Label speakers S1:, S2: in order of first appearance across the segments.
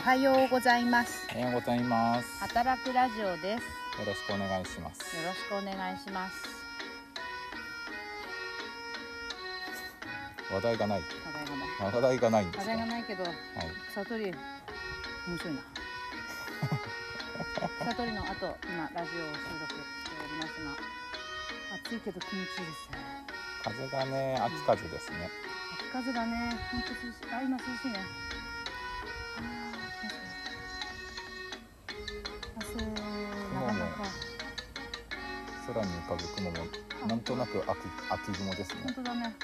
S1: はようございます。
S2: おはようございます。よ
S1: 働くラジオです。
S2: ろしくお願いします。
S1: よろしくお願いします。
S2: 話題がない。
S1: 話題がない。
S2: 話題がないんです
S1: 話
S2: か。
S1: 題が
S2: はい。
S1: ないけど、草取り面白い な。草取りの後、今ラジオを収録しておりますが、暑いけど気持ちいいですね。
S2: 風がね、秋風ですね。
S1: 秋風がね、本当涼しい。あ、今涼しいね。あー気持ちいい汗、なかなか。
S2: 空に浮かぶ雲も、なんとなく秋、秋雲です
S1: 本
S2: ね。
S1: 当だね。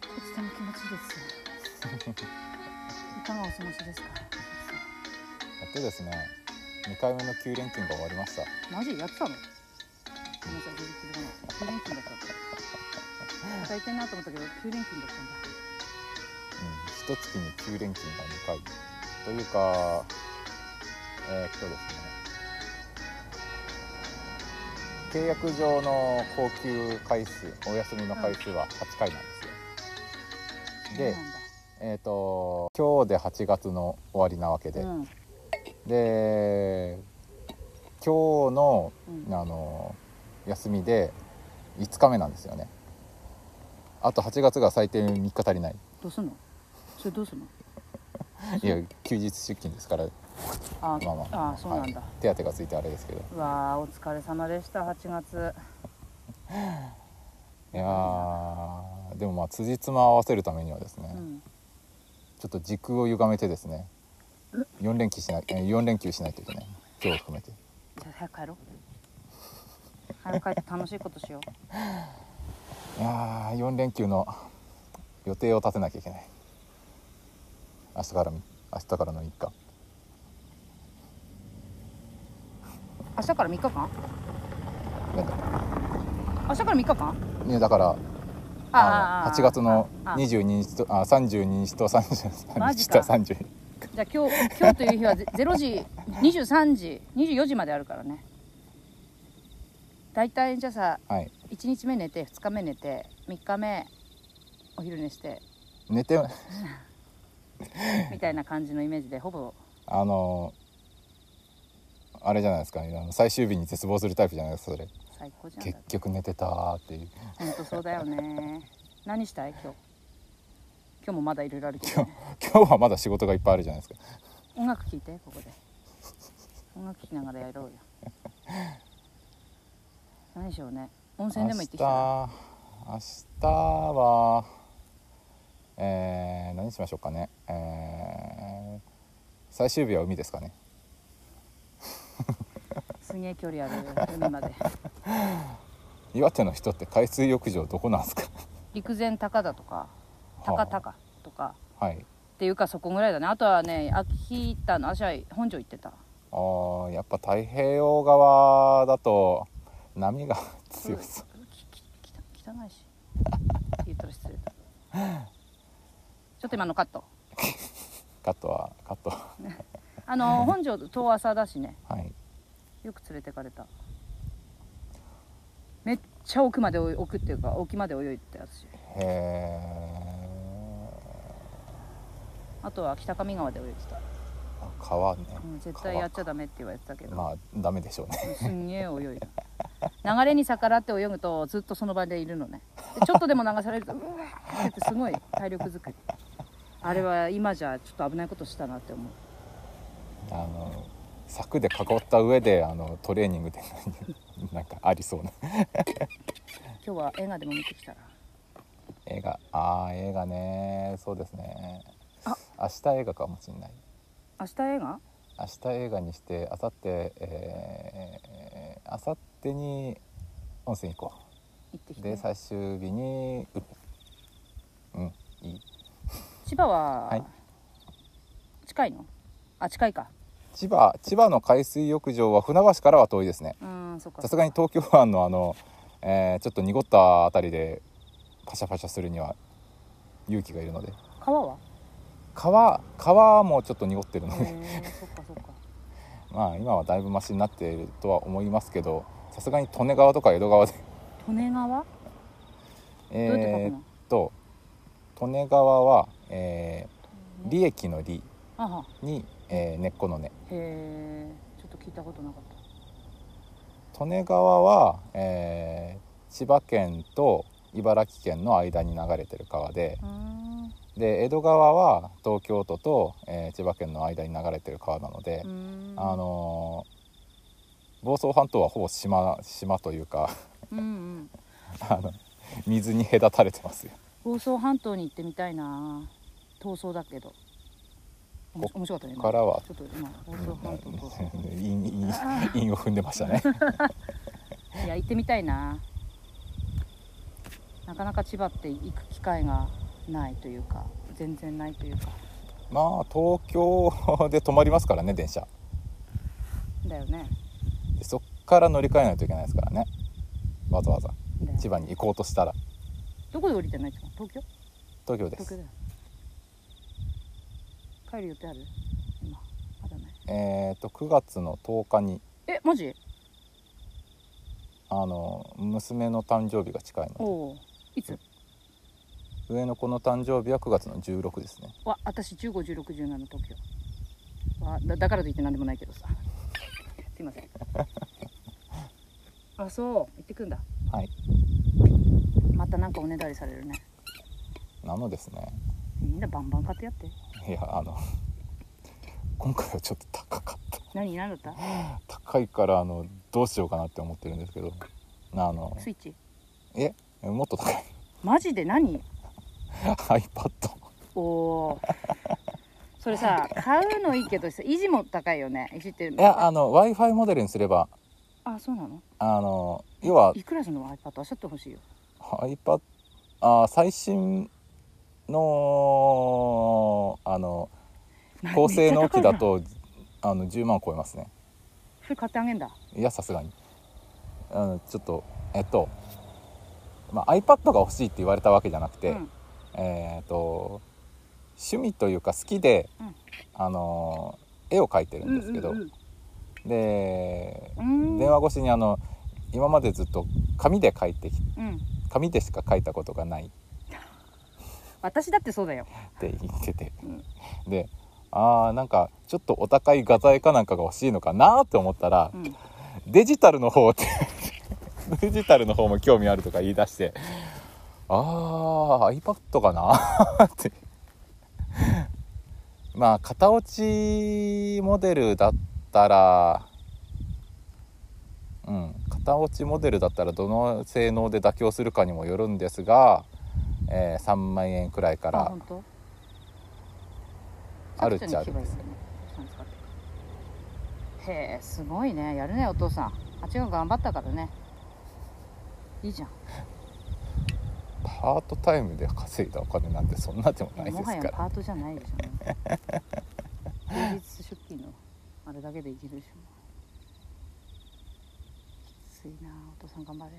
S1: とても気持ちいいです。いかがお過ごしですか。
S2: やっとですね。二回目の九連休が終わりました。
S1: マジやってたの。ごめんなさい、全然気づかない。9連勤だった。働いてんなと思ったけど、9連勤だったんだ。
S2: うん、一月に九連休が二回。というか。えー、っとですね。契約上の高級回数、お休みの回数は八回なんですよ。で。えー、と今日で8月の終わりなわけで、
S1: そうなんだ。
S2: で今日の
S1: うん。
S2: あの休みで5日目なんですよねあと8月が最低3日 足りない
S1: どうすんの。それどうすんの。
S2: いや休日出勤ですから
S1: あ、
S2: まあまあ
S1: あ、そうなんだ。
S2: はい手当がついてあれですけど
S1: うわあ、お疲れ様でした。8月。
S2: いやーでもまあ辻褄を合わせるためにはですね、
S1: うん。
S2: ちょっと時空を歪めてですね4連休しないえ四連休しないといけない今日を含めて
S1: じゃあ、早く帰ろう。早く帰って楽しいことしよう。
S2: いやー4連休の予定を立てなきゃいけない明日からみ明日からの3日
S1: 明日から3日間。
S2: なんだ
S1: 明日から3日間。
S2: いやだからあの8月の
S1: ああ
S2: 22日とあ32日と33
S1: マ
S2: 日
S1: ジ
S2: と
S1: か
S2: 30日
S1: じゃあ今日今日という日はゼ0時23時24時まであるからね大体じゃあさ
S2: はい
S1: 1日目寝て2日目寝て3日目お昼寝して
S2: 寝て
S1: みたいな感じのイメージでほぼ
S2: あのあれじゃないですか、ね、あの最終日に絶望するタイプじゃないですかそれ
S1: 最高じゃん
S2: 結局寝てたーっていう
S1: ほんとそうだよね何したい今日今日もまだいろいろあるけど、ね、
S2: 今日はまだ仕事がいっぱいあるじゃないですか
S1: 音楽聴いてここで音楽聴きながらやろうよ何しようね温泉でも行ってきたら
S2: 明日明日はえー、何しましょうかねえー、最終日は海ですかね
S1: すげえ距離ある海まで
S2: 岩手の人って海水浴場どこなんですか
S1: 陸前高田とか
S2: はあ
S1: 高高とか
S2: はい
S1: っていうかそこぐらいだねあとはね秋田の私は本庄行ってた
S2: あーやっぱ太平洋側だと波が強そう
S1: きききた汚いし言ったら失礼だちょっと今のカット
S2: カットはカットは
S1: あの本庄遠浅だしね
S2: はい
S1: よく連れてかれためっちゃ奥まで泳い奥っていうか沖まで泳いでた私
S2: へえ
S1: あとは北上川で泳いでた、
S2: 川ね
S1: うん、絶対やっちゃダメって言われてたけど、
S2: まあダメでしょうね
S1: すんげえ泳いだ流れに逆らって泳ぐとずっとその場でいるのねでちょっとでも流されるとうわーってすごい体力作りあれは今じゃちょっと危ないことしたなって思う
S2: あの柵で囲った上であのトレーニングで なんかありそうな
S1: 今日は映画でも見てきたら
S2: 映画ああ映画ねそうですね
S1: あ
S2: 明日映画かもしれない
S1: 明日映画
S2: 明日映画にして明後日えー、明後日に温泉行こ
S1: 行って
S2: う
S1: き
S2: で
S1: て
S2: 最終日にううんいい
S1: 千葉は
S2: はい
S1: 近いの、あ近いか
S2: 千葉千葉の海水浴場は船橋からは遠いですね
S1: うーんそっか
S2: さすがに東京湾のあの、えーちょっと濁ったあたりでパシャパシャするには勇気がいるので
S1: 川は
S2: 川川もちょっと濁ってる
S1: へ
S2: ので
S1: えそっかそっか
S2: まあ今はだいぶマシになっているとは思いますけどさすがに利根川とか江戸 川で
S1: 利根川どうやって書く
S2: えーっ
S1: の、
S2: と利根川は、えー利益の利
S1: あは
S2: に、えー根っこの根
S1: へえちょっと聞いたことなかった
S2: 利根川は、えー千葉県と茨城県の間に流れてる川で
S1: うーん
S2: で江戸川は東京都と、えー千葉県の間に流れてる川なので
S1: う、ーん
S2: あのー房総半島はほぼ島島というか
S1: うんうん
S2: あの水に隔たれてますよ
S1: 房総半島に行ってみたいな闘争だけどおもし面白かったね
S2: こ
S1: 今
S2: こからは
S1: ちょっと今房総半島 と
S2: 韻韻韻を踏んでましたね
S1: いや行ってみたいななかなか千葉って行く機会がないというか全然ないというか
S2: まあ東京で止まりますからね電車
S1: だよね
S2: でそっから乗り換えないといけないですからねわざわざ
S1: だよ
S2: 千葉に行こうとしたら
S1: どこで降りてないとか東京
S2: 東京で
S1: 東京
S2: す
S1: だよ帰る予定ある今まだない
S2: えっ、と9月の10日に
S1: えマジ
S2: あの娘の誕生日が近い
S1: お
S2: の
S1: おういつ
S2: で上の子の誕生日は9月の16ですね
S1: わ私151617東京わだだからといって何でもないけどさ すいませ んあそう行ってくんだ
S2: はい
S1: またなんかおねだりされるね
S2: なのですね
S1: みんなバンバン買ってやって
S2: いやあの今回はちょっと高かった
S1: 何何だった
S2: 高いからあのどうしようかなって思ってるんですけどあの
S1: スイッチ
S2: えもっと高い
S1: マジで何
S2: iPad
S1: おおーそれ さ買うのいいけどさ維持も高いよね維持って
S2: いやあの w i f i モデルにすれば
S1: あそうなの
S2: あの要はい
S1: くらするの iPad あしゃってほしいよ
S2: iPad あー最新のあの 高性能機だとあの10万超えますね
S1: それ買ってあげんだ
S2: いやさすがにあのちょっとえっと、まあ、iPad が欲しいって言われたわけじゃなくて、
S1: うん
S2: えーっと趣味というか好きで、
S1: うん
S2: あの絵を描いてるんですけど、
S1: うんうん
S2: で
S1: うん、うーん
S2: 電話越しにあの今までずっと紙で描いてき
S1: うん
S2: 紙でしか描いたことがない
S1: 私だってそうだよ
S2: って言ってて、
S1: うん
S2: であーなんかちょっとお高い画材かなんかが欲しいのかなって思ったら
S1: う、ん
S2: デジタルの方って デジタルの方も興味あるとか言い出してあー iPad かな ってまあ型落ちモデルだったらうん型落ちモデルだったらどの性能で妥協するかにもよるんですが、えー3万円くらいか
S1: あ
S2: ら
S1: 本当
S2: あるっちゃあるんです
S1: よへえすごいねやるねお父さんあっちが頑張ったからねいいじゃん
S2: パートタイムで稼いだお金なんてそんなでもないで
S1: も
S2: す
S1: は
S2: か
S1: や
S2: ら
S1: パートじゃないでしょ、ね、平日出勤のあれだけでいけるでしょきついなお父さん頑張 れ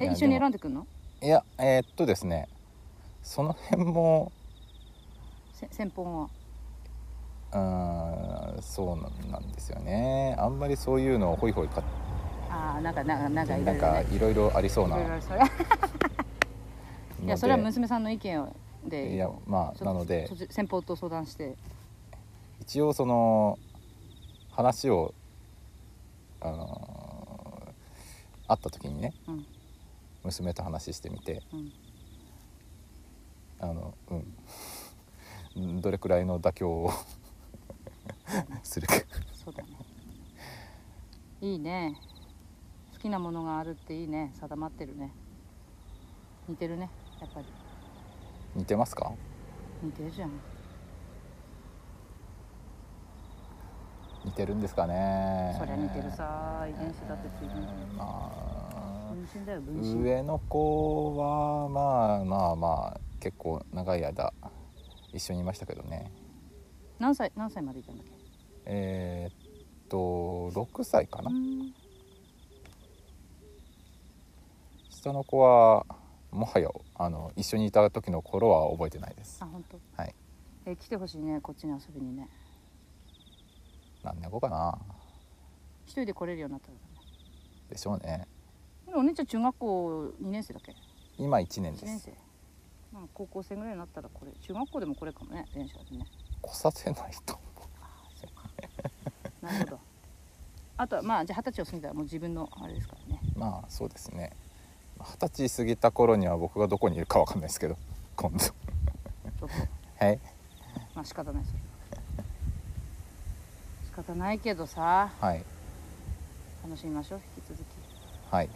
S1: え
S2: いや
S1: 一緒に
S2: でも
S1: 選んでくんの
S2: いやえーっとですねその辺も
S1: せ先方は
S2: うーんそうなんなんですよねあんまりそういうのをホイホイ買っ
S1: ああなんかなんかなんか
S2: て
S1: い
S2: な
S1: ろ
S2: ん
S1: いろ
S2: か
S1: ね
S2: いろいろありそうない
S1: ろい
S2: の
S1: ろそれ
S2: で
S1: いやそれは娘さんの意見をで
S2: いやまあ
S1: そ
S2: なので
S1: そ先方と相談して
S2: 一応その話をあのー会った時にね
S1: うん
S2: 娘と話してみて
S1: うん
S2: あのうん どれくらいの妥協を するか
S1: そうだねいいね好きなものがあるっていいね定まってるね似てるねやっぱり
S2: 似てますか
S1: 似てるじゃん
S2: 似てるんですかね
S1: そりゃ似てるさ遺伝子だってついてる
S2: まあ
S1: 分身だよ分身
S2: 上の子はまあまあまあ結構長い間一緒にいましたけどね
S1: 何歳何歳までいたんだっけ
S2: えーっと6歳かな
S1: うん
S2: 下の子はもはやあの一緒にいた時の頃は覚えてないです
S1: あ本当。
S2: はい
S1: え来てほしいねこっちに遊びにね
S2: 何年後かな
S1: 一人で来れるようになったらだね
S2: でしょうね
S1: でもお姉ちゃん中学校2年生だっけ
S2: 今1年
S1: 1
S2: で
S1: 年
S2: す
S1: 生まあ、高校生ぐらいになったらこれ中学校でもこれかもね電車でね
S2: 来させないと思
S1: なるほど あとはまあじゃあ二十歳を過ぎたらもう自分のあれですからね
S2: う まあそうですね二十歳過ぎた頃には僕がどこにいるかわかんないですけど今度
S1: どこ
S2: はい
S1: まあ仕方ないです仕方ないけどさ
S2: はい
S1: 楽しみましょう引き続き
S2: はい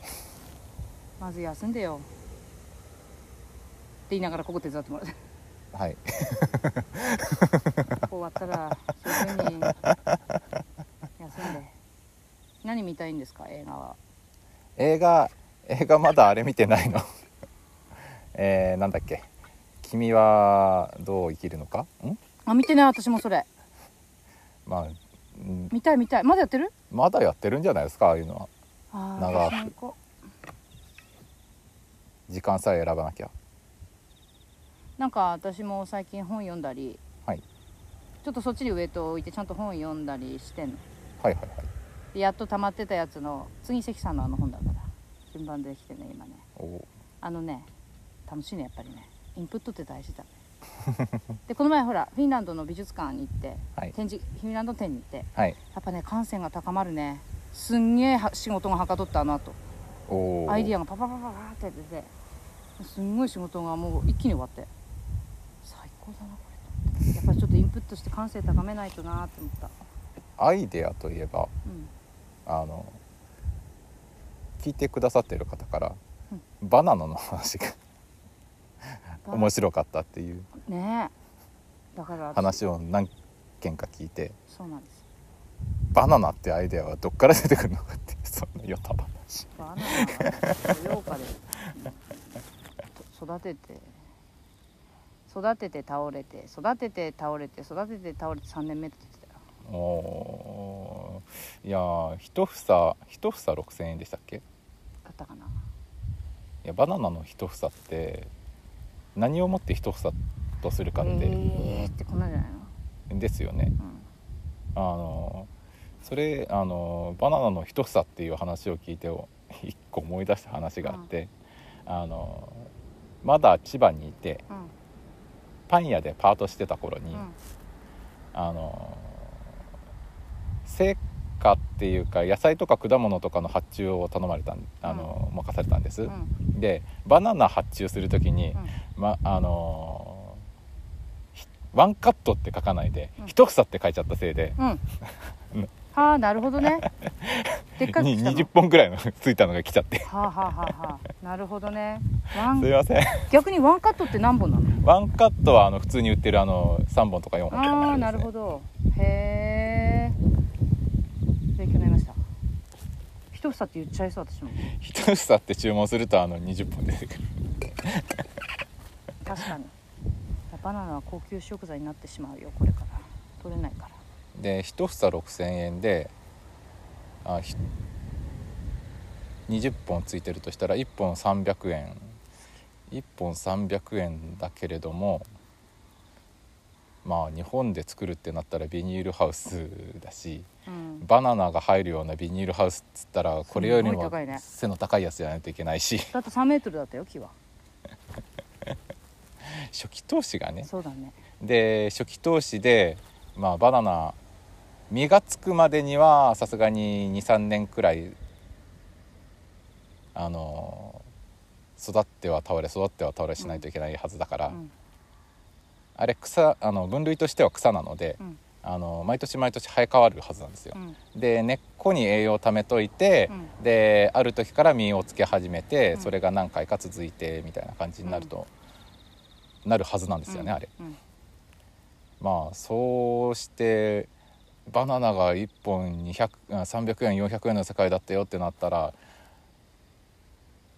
S1: まず休んでよって言いながらここ手伝っても らって
S2: はい
S1: ここ終わったらそういうふうに休んで何見たいんですか映画は
S2: 映画映画まだあれ見てないの えー、なんだっけ君はどう生きるのかん
S1: あ見てない私もそれ
S2: まあん
S1: 見たい見たいまだやってる
S2: まだやってるんじゃないですかああいうのは
S1: ああ
S2: 長く
S1: 私も行こう
S2: 時間さえ選ばなきゃ
S1: なんか私も最近本読んだり
S2: はい
S1: ちょっとそっちにウエイトを置いてちゃんと本読んだりしてんの
S2: はいはいはい
S1: でやっと溜まってたやつの次関さんのあの本だから順番できてね今ね
S2: おー
S1: あのね楽しいねやっぱりねインプットって大事だ ねでこの前ほらフィンランドの美術館に行って、
S2: はい
S1: 展示フィンランド展に行ってや
S2: はい
S1: っぱね感性が高まるねすんげえは仕事がはかどったあの後
S2: お
S1: アイディ
S2: ア
S1: アがパパパパパーって出てすんごい仕事がもう一気に終わって最高だなこれと思ってやっぱりちょっとインプットして感性高めないとなーって思った、
S2: アイデアといえば
S1: うん、
S2: あの聞いてくださってる方から、
S1: うん
S2: バナナの話が
S1: バナ
S2: 面白かったっていう
S1: ねえだから
S2: 話を何件か聞いて
S1: そうなんです
S2: バナナってアイデアはどっから出てくるのかってそんなよた話
S1: バナナは豊岡でと育てて育てて倒れて育てて倒れて育てて倒れて3年目って言ってたよ
S2: おーいやー一房一房6,000円でしたっけい
S1: だったかな
S2: やバナナの一房って何をもって一房とするかって、
S1: えーってこんなんじゃないの、
S2: ですよね
S1: うん、
S2: あのそれあのバナナの一房っていう話を聞いてお一個思い出した話があって、あのまだ千葉にいて
S1: うん
S2: パン屋でパートしてた頃に、
S1: うん
S2: あの成果っていうか野菜とか果物とかの発注を頼まれたんあの、任されたんです、
S1: うん
S2: でバナナ発注する時に、
S1: うん
S2: まあのひワンカットって書かないで、
S1: うん
S2: 一房って書いちゃったせいで、
S1: うん。はあ、なるほどね。でっかく
S2: に
S1: 来たの
S2: 20。本ぐらいの ついたのが来ちゃって
S1: はあ、はあはあはあ、なるほどね。ワ
S2: すい
S1: ン
S2: ません
S1: 逆にワンカットって何本なの？
S2: ワンカットはあの普通に売ってるあの3本とか4本とかの
S1: あ
S2: や
S1: あ、
S2: つですね
S1: なるほど。へえ。勉強になりました。一房って言っちゃいそう私も。
S2: 一房って注文するとあの20本出てくる
S1: 確かに。 バナナは高級食材になってしまうよこれから。取れないから。
S2: で一房6,000円であひ20本ついてるとしたら1本300円1本300円だけれどもまあ日本で作るってなったらビニールハウスだし
S1: うん。
S2: バナナが入るようなビニールハウスっつったらこれより
S1: すごい
S2: も
S1: 高いね
S2: 背の高いやつじゃないといけないし
S1: だって3メートルだったよ木は。
S2: 初期投資がね
S1: そうだね。
S2: で初期投資で、まあ、バナナ実がつくまでにはさすがに23年くらいあの育っては倒れ育っては倒れしないといけないはずだから、
S1: うん
S2: あれ草あの分類としては草なので、
S1: うん
S2: あの毎年毎年生え変わるはずなんですよ
S1: う。ん
S2: で根っこに栄養を貯めといて、
S1: うん
S2: である時から実をつけ始めて、
S1: うん
S2: それが何回か続いてみたいな感じになると、なるはずなんですよね、あれ。。
S1: うん
S2: まあそうしてバナナが1本200あ300円400円の世界だったよってなったら、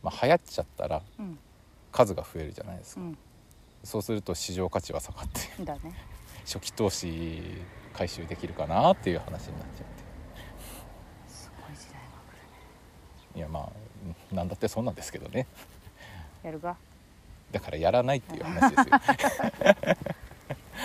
S2: まあ、流行っちゃったら
S1: うん
S2: 数が増えるじゃないです
S1: う
S2: か、
S1: ん
S2: そうすると市場価値は下がって
S1: うん。だね。
S2: 初期投資回収できるかなっていう話になっちゃっ
S1: すごい時代が来るね。
S2: ていやまあうんなんだってそうなんですけどね
S1: やるか。
S2: だからやらないっていう話で すよ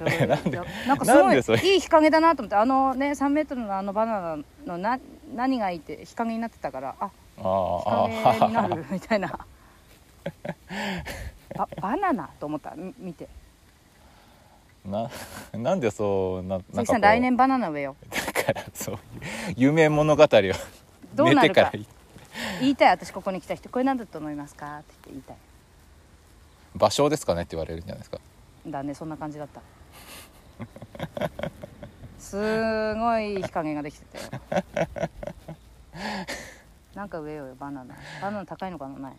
S2: なんで
S1: なんかすご
S2: なん
S1: い
S2: でそれ
S1: いい日陰だなと思ってあのね3メートルのあのバナナのな何がいいって日陰になってたからあ
S2: ああ
S1: 日陰にな
S2: ああ
S1: るみたいなババナナと思ったみ見て
S2: ななんでそうななんか
S1: 鈴木
S2: こ
S1: さ
S2: うん
S1: 来年バナナ植えよ
S2: だからそういう夢物語を
S1: うどうな
S2: 寝
S1: る
S2: てか
S1: から
S2: 言って
S1: 言いたい私ここに来た人これ何だと思いますかって言って言い
S2: 場所ですかねって言われるんじゃないですか
S1: たいだねそんな感じだった すごい火加減ができてたよなんか植えようよバナナバナナ高いのかなない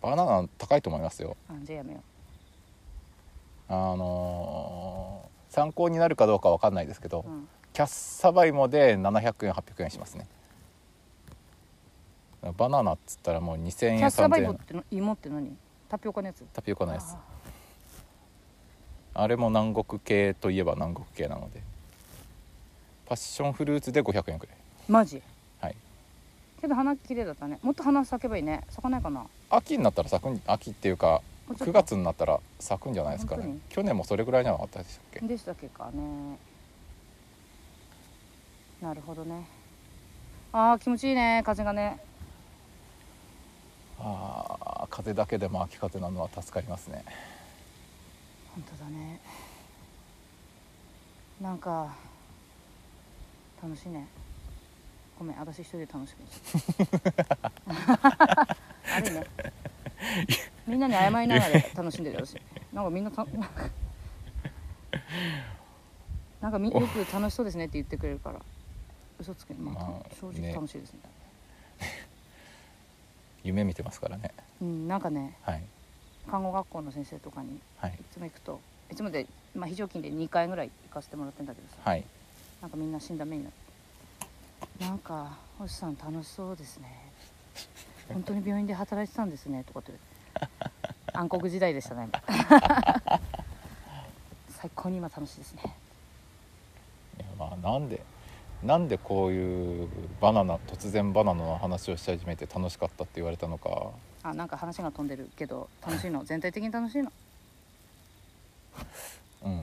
S2: バナナ高いと思いますよ
S1: あじゃあやめよ
S2: あのー参考になるかどうかわかんないですけど、
S1: う、うん、
S2: キャッサバイモで700円800円しますねバナナっつったらもう2000
S1: キ
S2: 円
S1: ャッサバイ
S2: 3000
S1: ボっ
S2: 円
S1: ての芋って何タピオカのやつ
S2: タピオカのやつ
S1: あ
S2: あれも南国系といえば南国系なのでパッションフルーツで500円くらい
S1: ーマジ
S2: はい
S1: けど花綺麗だったねもっと花咲けばいいね咲かないかな
S2: 秋になったら咲くん秋っていうか9月になったら咲くんじゃないですか
S1: 本当
S2: ね
S1: に
S2: 去年もそれぐらいじゃなかったでしたっけ
S1: でしたっけかねなるほどねああ気持ちいいね風がね
S2: ああ風だけでも秋風なのは助かりますね
S1: 本当だねなんか楽しいねごめん私一人で楽しくあれねみんなに謝りながら楽しんでる私なんかみんなたなんかなんかみよく楽しそうですねって言ってくれるから嘘つけまあ、
S2: まあ
S1: 正直
S2: ね
S1: 楽しいですね
S2: 夢見てますからね
S1: うんなんかね
S2: はい
S1: 看護学校の先生とかに
S2: はい
S1: いつも行くといつもで、まあ、非常勤で2回ぐらい行かせてもらってんだけどさ
S2: はい
S1: なんかみんな死んだ目になってなんか「星さん楽しそうですね本当に病院で働いてたんですね」とかって言う暗黒時代でしたね最高に今楽しいですね
S2: いやまあなんでなんでこういうバナナ突然バナナの話をし始めて楽しかったって言われたのか
S1: あなんか話が飛んでるけど楽しいの全体的に楽しいの
S2: うん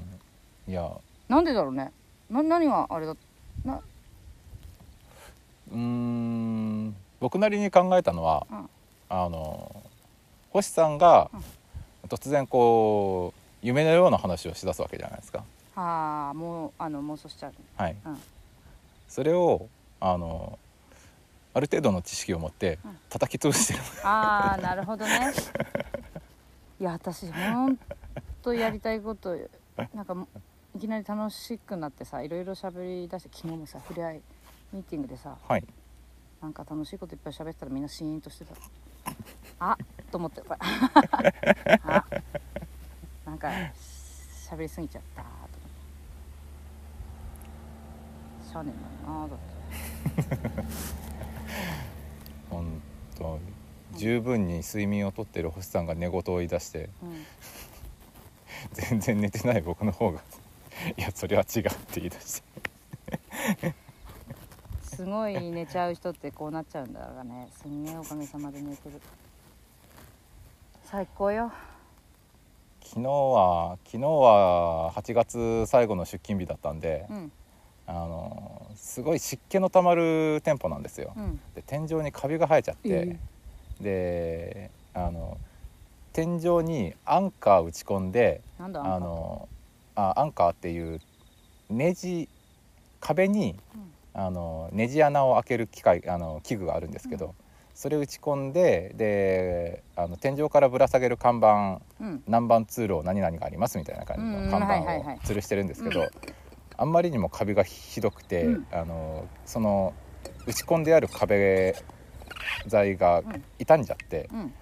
S2: いや
S1: なんでだろうねな何があれだな
S2: うーん僕なりに考えたのは
S1: うん
S2: あの星さんが
S1: うん
S2: 突然こう夢のような話をしだすわけじゃないですか。
S1: ああもうあの妄想しちゃう
S2: はい
S1: うん
S2: それをあのある程度の知識を持って
S1: うん
S2: 叩き通してる、
S1: ああなるほどねいや私ほんとやりたいことなんかもいきなり楽しくなってさいろいろ喋りだして昨日もさふれあいミーティングでさ
S2: はい
S1: なんか楽しいこといっぱい喋ってたらみんなシーンとしてたあと思ってこれ あなんか喋りすぎちゃったと思ってしゃあねえんだよなだって
S2: 本当十分に睡眠をとってる星さんが寝言を言い出して
S1: うん
S2: 全然寝てない僕の方が「いやそれは違う」って言い出して
S1: すごい寝ちゃう人ってこうなっちゃうんだからねすんげえおかげさまで寝てる最高よ
S2: 昨日は昨日は8月最後の出勤日だったんで、
S1: うん
S2: あのすごい湿気のたまる店舗なんですよ
S1: う。ん
S2: で天井にカビが生えちゃって、
S1: え
S2: であの天井にアンカー打ち込んで
S1: なんだあ
S2: あ
S1: んた
S2: のあアンカーっていうネジ壁に
S1: うん
S2: あのネジ穴を開ける機械あの器具があるんですけど、
S1: うん
S2: それ打ち込んでであの天井からぶら下げる看板
S1: うん
S2: 南蛮通路何々がありますみたいな感じ
S1: うんうん
S2: の看板
S1: はいはい
S2: を
S1: はい
S2: 吊るしてるんですけど、あんまりにもカビがひどくて、
S1: うん
S2: あのその打ち込んである壁材が
S1: ん
S2: 傷んじゃって、
S1: うん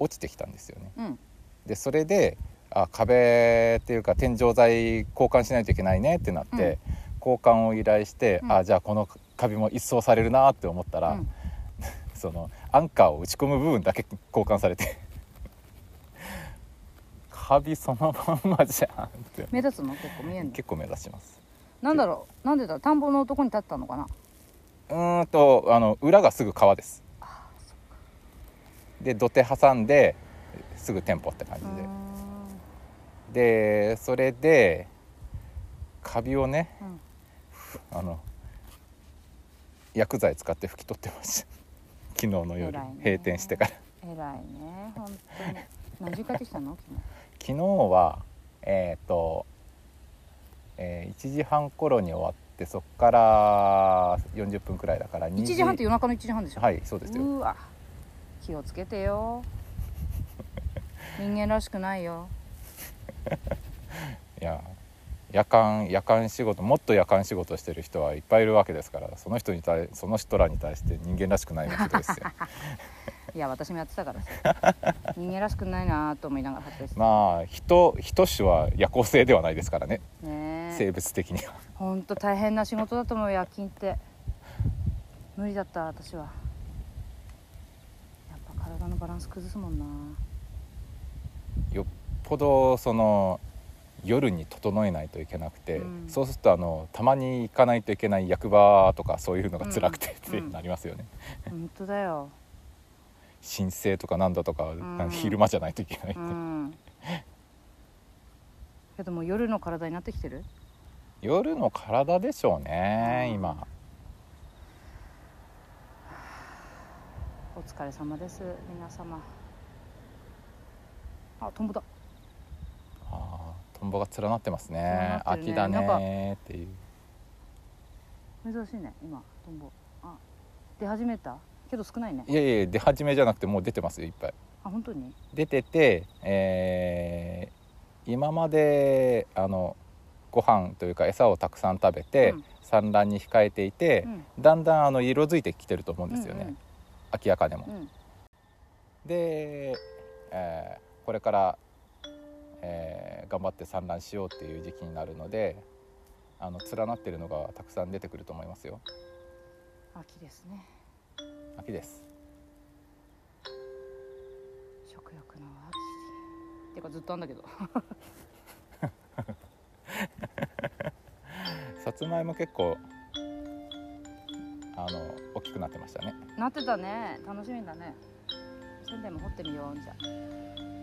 S2: 落ちてきたんですよね。
S1: うん
S2: でそれであ壁っていうか天井材交換しないといけないねってなって、交換を依頼して、
S1: うん
S2: あじゃあこのカビも一掃されるなって思ったら、
S1: うん
S2: そのアンカーを打ち込む部分だけ交換されて カビそのまんまじゃんって
S1: 目立つの結構見えんの
S2: 結構目立ちます
S1: なんだろうなんでだろう田んぼの男に立ったのかな
S2: うーんとあの裏がすぐ川ですで土手挟んですぐ店舗って感じ
S1: うー
S2: で、
S1: ん
S2: でそれでカビをね
S1: うん
S2: あの薬剤使って拭き取ってました 昨日の夜
S1: 偉いね
S2: 閉店してから
S1: 偉いね本当 に何時帰ってきたの昨
S2: 昨日はえっ、と、えー1時半頃に終わってそっから40分くらいだから2
S1: 日1時半って夜中の1時半でしょ、
S2: はいそうですよ
S1: うわ気をつけてよ人間らしくないよ
S2: いや夜間夜間仕事もっと夜間仕事してる人はいっぱいいるわけですからその人に対その人らに対して人間らしくないわ けですよ
S1: いや私もやってたからさ 人間らしくないなと思いながら発生して
S2: まあ人人種は夜行性ではないですからね
S1: ねえ
S2: 生物的には
S1: ほんと大変な仕事だと思う夜勤って無理だった私はやっぱ体のバランス崩すもんな
S2: よっぽどその夜に整えないといけなくて、
S1: うん
S2: そうするとあのたまに行かないといけない役場とかそういうのが辛くて
S1: う
S2: っ
S1: ん
S2: てなりますよね、
S1: 本当だよ
S2: 申請とかなんだとか,、
S1: ん
S2: なんか昼間じゃないといけない、
S1: うんけどもう夜の体になってきてる
S2: 夜の体でしょうね、
S1: うん
S2: 今
S1: お疲れ様です皆様あトンボだ
S2: あートンボが連なってますね
S1: 連なってるね
S2: 秋だねーっていう
S1: 珍しいね今トンボあ出始めたけど少ないね
S2: いやいや出始めじゃなくてもう出てますよいっぱい
S1: あ本当に
S2: 出てて、えー今まであのご飯というか餌をたくさん食べて、
S1: うん
S2: 産卵に控えていて
S1: う、ん
S2: だんだんあの色づいてきてると思うんですよね、
S1: うん
S2: 明らかでも。
S1: うんうん
S2: で、えーこれから、えー頑張って産卵しようっていう時期になるのであの連なってるのがたくさん出てくると思いますよ
S1: 秋ですね
S2: 秋です。
S1: 食欲の秋てかずっとあんだけど
S2: さつまいも結構あの大きくなってましたね。
S1: なってたね楽しみだね仙台も掘ってみようじゃ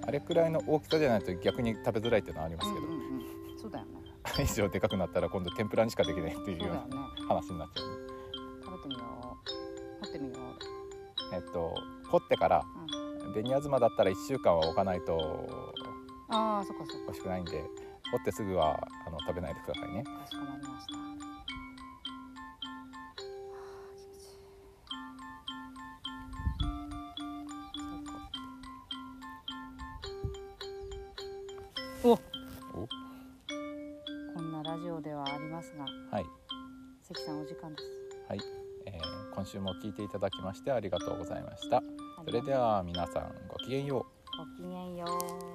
S1: あ
S2: あれくらいの大きさじゃないと逆に食べづらいっていうのはありますけど、
S1: うんうんうん、そうだよね
S2: あれ以上でかくなったら今度天ぷらにしかできないっていう
S1: そう
S2: よう
S1: だよ
S2: な
S1: ね
S2: 話になっちゃう、
S1: 食べてみよう掘ってみよう
S2: えっと掘ってから紅あずまだったら1週間は置かないと
S1: ああそっかそっ
S2: 美味しくないんで掘ってすぐはあの食べないでくださいね
S1: かかしこまりましたはあ気持ちいい最高お
S2: お
S1: こんなラジオではありますが
S2: はい、
S1: 関さんお時間です
S2: えー今週も聞いていただきましてありがとうございました
S1: ありがとう
S2: それでは皆さんごきげんよう
S1: ごきげんよう